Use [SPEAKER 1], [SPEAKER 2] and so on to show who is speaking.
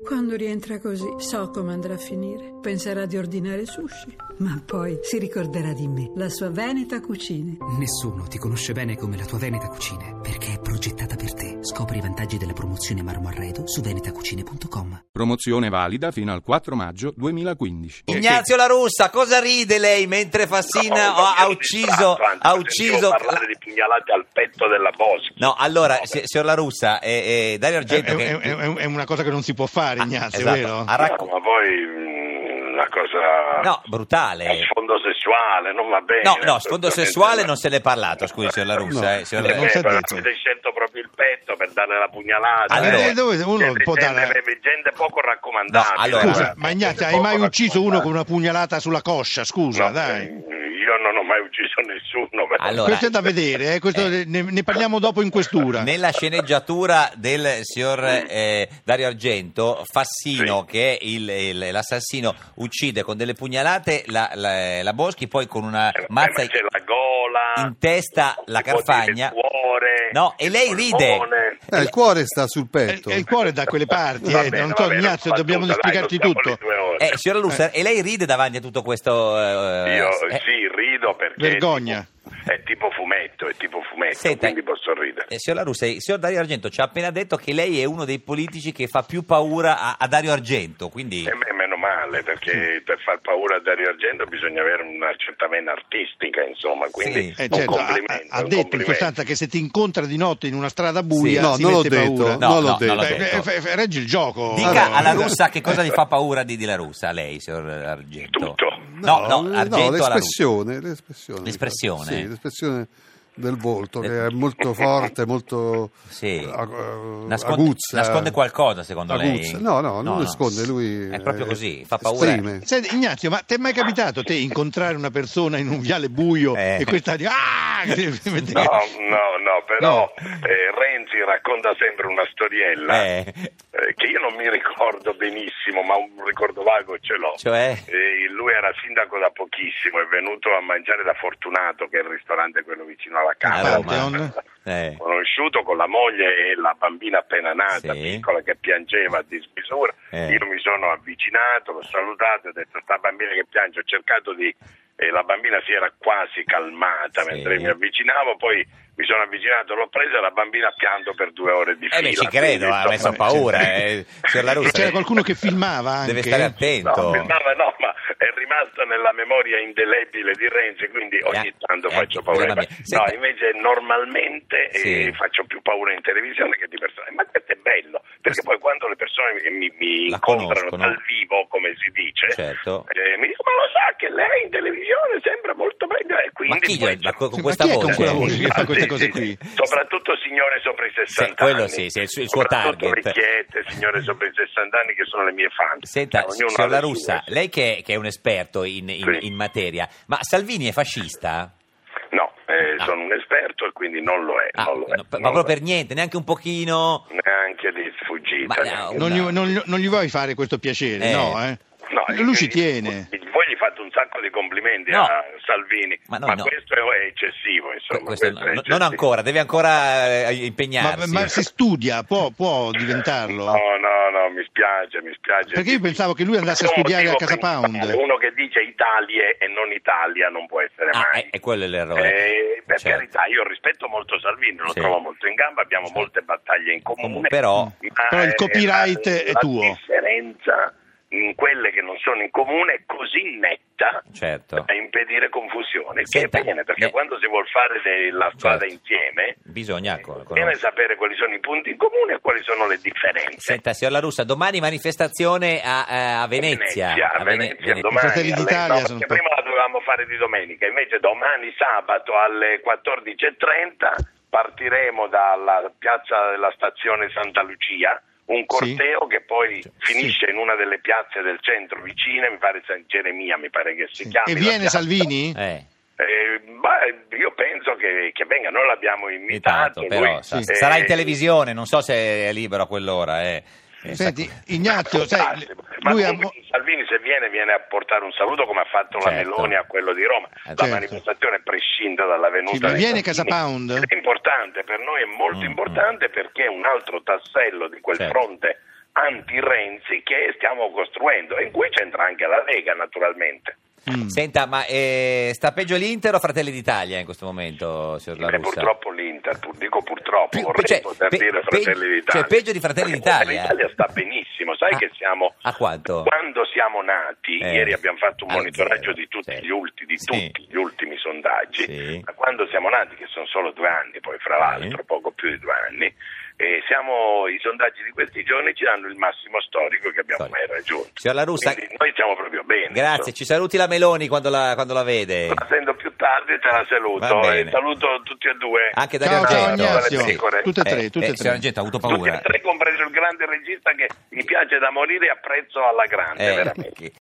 [SPEAKER 1] Quando rientra così, so come andrà a finire. Penserà di ordinare sushi, ma poi si ricorderà di me, la sua Veneta Cucine.
[SPEAKER 2] Nessuno ti conosce bene come la tua Veneta Cucine, perché è progettata per te. Scopri i vantaggi della promozione Marmo Arredo su venetacucine.com.
[SPEAKER 3] Promozione valida fino al 4 maggio 2015.
[SPEAKER 4] Ignazio La Russa, cosa ride lei mentre Fassina ha- ha ucciso ha ucciso
[SPEAKER 5] parlare di pugnalate al petto della Boschi.
[SPEAKER 4] No, allora, si- signor La Russa, eh, eh, Dario
[SPEAKER 6] È,
[SPEAKER 4] Argento che-
[SPEAKER 6] è- è- è una cosa che non si può fare,
[SPEAKER 4] Ah,
[SPEAKER 6] Ignazio,
[SPEAKER 4] esatto,
[SPEAKER 6] vero?
[SPEAKER 4] ha racco-
[SPEAKER 5] No, ma poi mh, una cosa
[SPEAKER 4] No, Eh, brutale.
[SPEAKER 5] a sfondo sessuale, non va bene. eh,
[SPEAKER 4] No, no, sfondo
[SPEAKER 5] assolutamente
[SPEAKER 4] sessuale
[SPEAKER 5] no.
[SPEAKER 4] non se ne è parlato, scusi, signor La Russa.
[SPEAKER 6] No,
[SPEAKER 4] eh, signor La
[SPEAKER 5] Perché
[SPEAKER 6] non si è
[SPEAKER 5] però
[SPEAKER 6] detto.
[SPEAKER 5] avete scelto proprio il petto per dare la pugnalata.
[SPEAKER 4] Allora-
[SPEAKER 5] eh.
[SPEAKER 6] Eh, dove- uno
[SPEAKER 5] Siete
[SPEAKER 6] può dare-
[SPEAKER 5] gente, gente poco raccomandabile.
[SPEAKER 4] No, allora-
[SPEAKER 6] Scusa,
[SPEAKER 4] guarda,
[SPEAKER 6] ma
[SPEAKER 5] Gente
[SPEAKER 6] Ignazio, hai mai
[SPEAKER 5] poco
[SPEAKER 6] ucciso uno con
[SPEAKER 5] raccomandabile.
[SPEAKER 6] una pugnalata sulla coscia? Scusa,
[SPEAKER 5] eh, No,
[SPEAKER 6] dai.
[SPEAKER 5] eh, Io non ho mai ucciso nessuno. però-
[SPEAKER 4] Allora-
[SPEAKER 6] Questo è da vedere, eh, questo
[SPEAKER 4] Eh.
[SPEAKER 6] ne, ne parliamo dopo in questura.
[SPEAKER 4] Nella sceneggiatura del signor eh, Dario Argento, Fassino,
[SPEAKER 5] Sì.
[SPEAKER 4] che è il- il- l'assassino, uccide con delle pugnalate la, la- la Boschi, poi con una
[SPEAKER 5] Eh,
[SPEAKER 4] mazza
[SPEAKER 5] ma c'è la gola,
[SPEAKER 4] in testa la
[SPEAKER 5] si può dire
[SPEAKER 4] carfagna.
[SPEAKER 5] il cuore,
[SPEAKER 4] No, e lei
[SPEAKER 5] il polmone.
[SPEAKER 4] ride.
[SPEAKER 7] Eh, il cuore sta sul
[SPEAKER 6] Eh,
[SPEAKER 7] petto.
[SPEAKER 6] eh, il cuore è da quelle parti,
[SPEAKER 5] Va
[SPEAKER 6] eh,
[SPEAKER 5] bene,
[SPEAKER 6] non
[SPEAKER 5] va
[SPEAKER 6] so,
[SPEAKER 5] bene,
[SPEAKER 6] Ignazio,
[SPEAKER 5] battuta,
[SPEAKER 6] dobbiamo
[SPEAKER 5] dai,
[SPEAKER 6] spiegarti
[SPEAKER 5] non stiamo
[SPEAKER 6] tutto.
[SPEAKER 5] alle due ore.
[SPEAKER 4] Eh, signora Lussar, e lei ride davanti a tutto questo... eh,
[SPEAKER 5] Io
[SPEAKER 4] eh,
[SPEAKER 5] sì, rido perché è
[SPEAKER 6] Vergogna.
[SPEAKER 5] tipo- È tipo fumetto, è tipo fumetto,
[SPEAKER 4] eh, Senta,
[SPEAKER 5] quindi posso ridere.
[SPEAKER 4] eh, signor La Russa, il signor Dario Argento ci ha appena detto che lei è uno dei politici che fa più paura a, a Dario Argento, quindi...
[SPEAKER 5] E beh, meno male, perché per far paura a Dario Argento bisogna avere una certa vena artistica, insomma, quindi
[SPEAKER 4] Sì.
[SPEAKER 6] Eh,
[SPEAKER 5] un
[SPEAKER 6] certo, ha,
[SPEAKER 5] complimento.
[SPEAKER 6] ha- ha
[SPEAKER 5] un
[SPEAKER 6] detto in
[SPEAKER 5] complimento.
[SPEAKER 6] sostanza che se ti incontra di notte in una strada buia
[SPEAKER 7] Sì. No,
[SPEAKER 6] si
[SPEAKER 7] non l'ho
[SPEAKER 6] mette
[SPEAKER 7] detto,
[SPEAKER 6] paura.
[SPEAKER 7] no. non l'ho detto.
[SPEAKER 4] l'ho
[SPEAKER 6] Beh, beh, f- f- reggi il gioco.
[SPEAKER 4] Dica
[SPEAKER 7] no,
[SPEAKER 4] alla
[SPEAKER 7] no.
[SPEAKER 4] russa che cosa gli fa paura di, di la russa, a lei, signor Argento.
[SPEAKER 5] Tutto.
[SPEAKER 4] No, no,
[SPEAKER 7] eh,
[SPEAKER 4] Argento alla
[SPEAKER 7] l'espressione, l'espressione.
[SPEAKER 4] L'espressione?
[SPEAKER 7] Sì, l'espressione del volto
[SPEAKER 4] Eh.
[SPEAKER 7] che è molto forte, molto
[SPEAKER 4] russa. Sì.
[SPEAKER 7] ag- eh,
[SPEAKER 4] Nasconde,
[SPEAKER 7] aguzza.
[SPEAKER 4] nasconde qualcosa, secondo
[SPEAKER 7] Aguzza.
[SPEAKER 4] lei?
[SPEAKER 7] No, no, non nasconde, lui
[SPEAKER 4] È proprio
[SPEAKER 7] eh,
[SPEAKER 4] così, fa paura.
[SPEAKER 7] esprime.
[SPEAKER 6] Senti, Ignazio, ma ti è mai capitato te incontrare una persona in un viale buio
[SPEAKER 4] Eh.
[SPEAKER 6] e questa di ah!
[SPEAKER 5] No, no, no, però
[SPEAKER 6] No.
[SPEAKER 5] eh, Renzi racconta sempre una storiella
[SPEAKER 4] Eh,
[SPEAKER 5] eh, che io non mi ricordo benissimo, ma un ricordo vago ce l'ho.
[SPEAKER 4] cioè,
[SPEAKER 5] E lui era sindaco da pochissimo, è venuto a mangiare da Fortunato, che è il ristorante quello vicino alla
[SPEAKER 4] A
[SPEAKER 5] casa.
[SPEAKER 4] Roma.
[SPEAKER 6] Pantheon.
[SPEAKER 4] eh,
[SPEAKER 5] conosciuto con la moglie e la bambina appena nata,
[SPEAKER 4] Sì.
[SPEAKER 5] piccola, che piangeva a dismisura.
[SPEAKER 4] Eh.
[SPEAKER 5] Io mi sono avvicinato, l'ho salutato, ho detto sta bambina che piange, ho cercato di... E la bambina si era quasi calmata
[SPEAKER 4] Sì.
[SPEAKER 5] mentre mi avvicinavo, poi mi sono avvicinato, l'ho presa e la bambina ha pianto per due ore di
[SPEAKER 4] Eh
[SPEAKER 5] fila.
[SPEAKER 4] beh, ci credo,
[SPEAKER 5] Quindi,
[SPEAKER 4] ha messo
[SPEAKER 5] insomma,
[SPEAKER 4] paura. eh. Signor La Russa,
[SPEAKER 6] C'era
[SPEAKER 4] lei
[SPEAKER 6] qualcuno che filmava anche?
[SPEAKER 4] deve stare
[SPEAKER 5] No,
[SPEAKER 4] attento.
[SPEAKER 5] filmava no, ma è rimasta nella memoria indelebile di Renzi, quindi ogni
[SPEAKER 4] Eh,
[SPEAKER 5] tanto
[SPEAKER 4] eh,
[SPEAKER 5] faccio paura.
[SPEAKER 4] vabbè.
[SPEAKER 5] No,
[SPEAKER 4] Senta-
[SPEAKER 5] invece normalmente eh,
[SPEAKER 4] Sì.
[SPEAKER 5] faccio più paura in televisione che di persone, ma questo è bello, perché poi quando le persone mi, mi- mi
[SPEAKER 4] La
[SPEAKER 5] incontrano
[SPEAKER 4] conoscono.
[SPEAKER 5] dal vivo, come si dice,
[SPEAKER 4] Certo.
[SPEAKER 5] eh, mi dicono, ma lo sa che lei in televisione sembra molto bella, e
[SPEAKER 4] Ma
[SPEAKER 5] quindi...
[SPEAKER 4] chi
[SPEAKER 5] poi-
[SPEAKER 4] gli- ma co- con
[SPEAKER 6] Sì, ma
[SPEAKER 4] questa
[SPEAKER 6] chi è con
[SPEAKER 4] voce?
[SPEAKER 6] quella voce?
[SPEAKER 5] Sì,
[SPEAKER 6] che fa
[SPEAKER 5] sì,
[SPEAKER 6] queste
[SPEAKER 5] sì,
[SPEAKER 6] cose
[SPEAKER 5] sì.
[SPEAKER 6] qui?
[SPEAKER 5] Soprattutto signore sopra i 60
[SPEAKER 4] Sì, quello
[SPEAKER 5] anni.
[SPEAKER 4] sì, sì, il suo- il suo
[SPEAKER 5] Soprattutto
[SPEAKER 4] target.
[SPEAKER 5] vecchiette, signore sopra i 60 anni che sono le mie fan. Cioè,
[SPEAKER 4] Senta,
[SPEAKER 5] Ognuno ha
[SPEAKER 4] signor
[SPEAKER 5] le
[SPEAKER 4] La
[SPEAKER 5] sue.
[SPEAKER 4] Russa, lei che, che è un esperto in, in-
[SPEAKER 5] Sì.
[SPEAKER 4] in materia, ma Salvini è fascista?
[SPEAKER 5] No, eh,
[SPEAKER 4] Ah.
[SPEAKER 5] sono un esperto e quindi non lo è.
[SPEAKER 4] Ah,
[SPEAKER 5] non lo è,
[SPEAKER 4] no, p-
[SPEAKER 5] non
[SPEAKER 4] ma
[SPEAKER 5] lo
[SPEAKER 4] proprio per niente, neanche un pochino...
[SPEAKER 5] è. Neanche di sfuggita.
[SPEAKER 4] Ma eh, no,
[SPEAKER 5] neanche-
[SPEAKER 6] Eh, Non gli, non gli- non gli vuoi fare questo piacere,
[SPEAKER 4] Eh.
[SPEAKER 6] no? eh?
[SPEAKER 5] No,
[SPEAKER 6] Lui
[SPEAKER 5] io-
[SPEAKER 6] ci tiene.
[SPEAKER 5] Voi gli fate un sacco di complimenti
[SPEAKER 4] No.
[SPEAKER 5] a Salvini,
[SPEAKER 4] Ma
[SPEAKER 5] ma,
[SPEAKER 4] no, no.
[SPEAKER 5] questo è eccessivo, insomma.
[SPEAKER 4] Questo
[SPEAKER 5] questo
[SPEAKER 4] no-
[SPEAKER 5] è
[SPEAKER 4] non
[SPEAKER 5] eccessivo.
[SPEAKER 4] ancora, deve ancora eh,
[SPEAKER 6] Ma,
[SPEAKER 4] impegnarsi.
[SPEAKER 6] ma si studia, può, può diventarlo.
[SPEAKER 5] No, no, no, mi spiace, mi spiace.
[SPEAKER 6] Perché io pensavo che lui andasse a
[SPEAKER 5] C'è un
[SPEAKER 6] studiare a
[SPEAKER 5] motivo
[SPEAKER 6] Casa Pound.
[SPEAKER 5] principale, Uno che dice Italie e non Italia non può essere
[SPEAKER 4] Ah,
[SPEAKER 5] mai.
[SPEAKER 4] è, è quello l'errore.
[SPEAKER 5] Eh, per
[SPEAKER 4] Certo.
[SPEAKER 5] carità, io rispetto molto Salvini, lo
[SPEAKER 4] Sì.
[SPEAKER 5] trovo molto in gamba, abbiamo
[SPEAKER 4] Certo.
[SPEAKER 5] molte battaglie in comune.
[SPEAKER 4] Comunque, però-
[SPEAKER 5] ma,
[SPEAKER 6] Però il
[SPEAKER 5] eh,
[SPEAKER 6] copyright
[SPEAKER 5] la-
[SPEAKER 6] è
[SPEAKER 5] la
[SPEAKER 6] tuo.
[SPEAKER 5] differenza in quelle che non sono in comune è così netta
[SPEAKER 4] Certo.
[SPEAKER 5] da impedire confusione.
[SPEAKER 4] Senta,
[SPEAKER 5] che è bene, perché
[SPEAKER 4] eh,
[SPEAKER 5] quando si vuol fare della strada
[SPEAKER 4] certo.
[SPEAKER 5] insieme,
[SPEAKER 4] Bisogna co-
[SPEAKER 5] Viene a
[SPEAKER 4] conoscere.
[SPEAKER 5] Ecco, sapere quali sono i punti in comune e quali sono le differenze.
[SPEAKER 4] Senta, signor La Russa, domani manifestazione a, eh, a- a Venezia.
[SPEAKER 5] a
[SPEAKER 4] Vene-
[SPEAKER 5] Venezia,
[SPEAKER 4] Vene-
[SPEAKER 5] domani.
[SPEAKER 6] Fratelli
[SPEAKER 5] alle-
[SPEAKER 6] d'Italia
[SPEAKER 5] no,
[SPEAKER 6] sono
[SPEAKER 5] perché
[SPEAKER 6] stati-
[SPEAKER 5] prima la dovevamo fare di domenica, invece domani sabato alle 14.30 partiremo dalla piazza della stazione Santa Lucia, un corteo che poi finisce in una delle piazze del centro vicine, mi pare San Geremia, mi pare che si chiami.
[SPEAKER 6] E
[SPEAKER 5] la
[SPEAKER 6] viene
[SPEAKER 5] piazza.
[SPEAKER 6] Salvini?
[SPEAKER 4] Eh,
[SPEAKER 5] Eh, ma io penso che, che venga, noi l'abbiamo
[SPEAKER 4] ogni
[SPEAKER 5] invitato.
[SPEAKER 4] tanto, però,
[SPEAKER 5] lui,
[SPEAKER 4] sa-
[SPEAKER 5] eh,
[SPEAKER 4] sarà in televisione, non so se è libero a quell'ora. eh. Eh,
[SPEAKER 6] Senti,
[SPEAKER 4] sa-
[SPEAKER 6] Ignazio, sai,
[SPEAKER 5] Fantastico. Ma
[SPEAKER 6] lui ha...
[SPEAKER 5] comunque Salvini se viene viene a portare un saluto come ha fatto la
[SPEAKER 4] Certo.
[SPEAKER 5] Meloni a quello di Roma.
[SPEAKER 4] Eh,
[SPEAKER 5] La
[SPEAKER 4] certo.
[SPEAKER 5] manifestazione prescinda dalla
[SPEAKER 6] Sì,
[SPEAKER 5] venuta.
[SPEAKER 6] ma
[SPEAKER 5] dei Salvini.
[SPEAKER 6] viene Casa Pound?
[SPEAKER 5] Ed È importante, per noi è molto
[SPEAKER 4] Mm,
[SPEAKER 5] importante perché è un altro tassello di quel
[SPEAKER 4] Certo.
[SPEAKER 5] fronte anti-Renzi che stiamo costruendo e in cui c'entra anche la Lega naturalmente.
[SPEAKER 6] Mm.
[SPEAKER 4] Senta, ma eh, sta peggio l'Inter o Fratelli d'Italia in questo momento, signor La
[SPEAKER 5] Beh,
[SPEAKER 4] Russa?
[SPEAKER 5] purtroppo l'Inter, pur- dico purtroppo,
[SPEAKER 4] Più-
[SPEAKER 5] vorrei
[SPEAKER 4] cioè,
[SPEAKER 5] poter
[SPEAKER 4] pe-
[SPEAKER 5] dire Fratelli
[SPEAKER 4] pe-
[SPEAKER 5] d'Italia.
[SPEAKER 4] cioè, peggio di Fratelli
[SPEAKER 5] Perché
[SPEAKER 4] d'Italia?
[SPEAKER 5] Fratelli d'Italia sta benissimo, sai
[SPEAKER 4] A-
[SPEAKER 5] che siamo...
[SPEAKER 4] a quanto?
[SPEAKER 5] Quando siamo nati,
[SPEAKER 4] Eh,
[SPEAKER 5] ieri abbiamo fatto un
[SPEAKER 4] a zero,
[SPEAKER 5] monitoraggio di, tutti
[SPEAKER 4] sì.
[SPEAKER 5] gli ulti- di
[SPEAKER 4] Sì.
[SPEAKER 5] tutti gli ultimi sondaggi,
[SPEAKER 4] Sì.
[SPEAKER 5] ma quando siamo nati, che sono solo due anni, poi fra
[SPEAKER 4] Sì.
[SPEAKER 5] l'altro poco più di due anni, eh, siamo, i sondaggi di questi giorni ci danno il massimo storico che abbiamo
[SPEAKER 4] Storico.
[SPEAKER 5] mai raggiunto.
[SPEAKER 4] Signor La Russa,
[SPEAKER 5] Quindi noi siamo proprio bene.
[SPEAKER 4] grazie, ci saluti la Meloni quando la, quando la vede.
[SPEAKER 5] La sento più tardi, te la
[SPEAKER 4] Va
[SPEAKER 5] saluto.
[SPEAKER 4] bene.
[SPEAKER 5] E saluto tutti e due.
[SPEAKER 4] Anche da
[SPEAKER 6] Ciao, ciao
[SPEAKER 4] Argento.
[SPEAKER 6] Ignazio.
[SPEAKER 5] Sì, corretto.
[SPEAKER 6] Tutte e tre, tutte e
[SPEAKER 4] Eh, signor
[SPEAKER 6] tre.
[SPEAKER 4] Argento ha avuto
[SPEAKER 5] Tutti e
[SPEAKER 4] paura.
[SPEAKER 5] tre, compreso il grande regista che mi piace da morire e apprezzo alla grande,
[SPEAKER 4] Eh,
[SPEAKER 5] veramente.
[SPEAKER 4] che-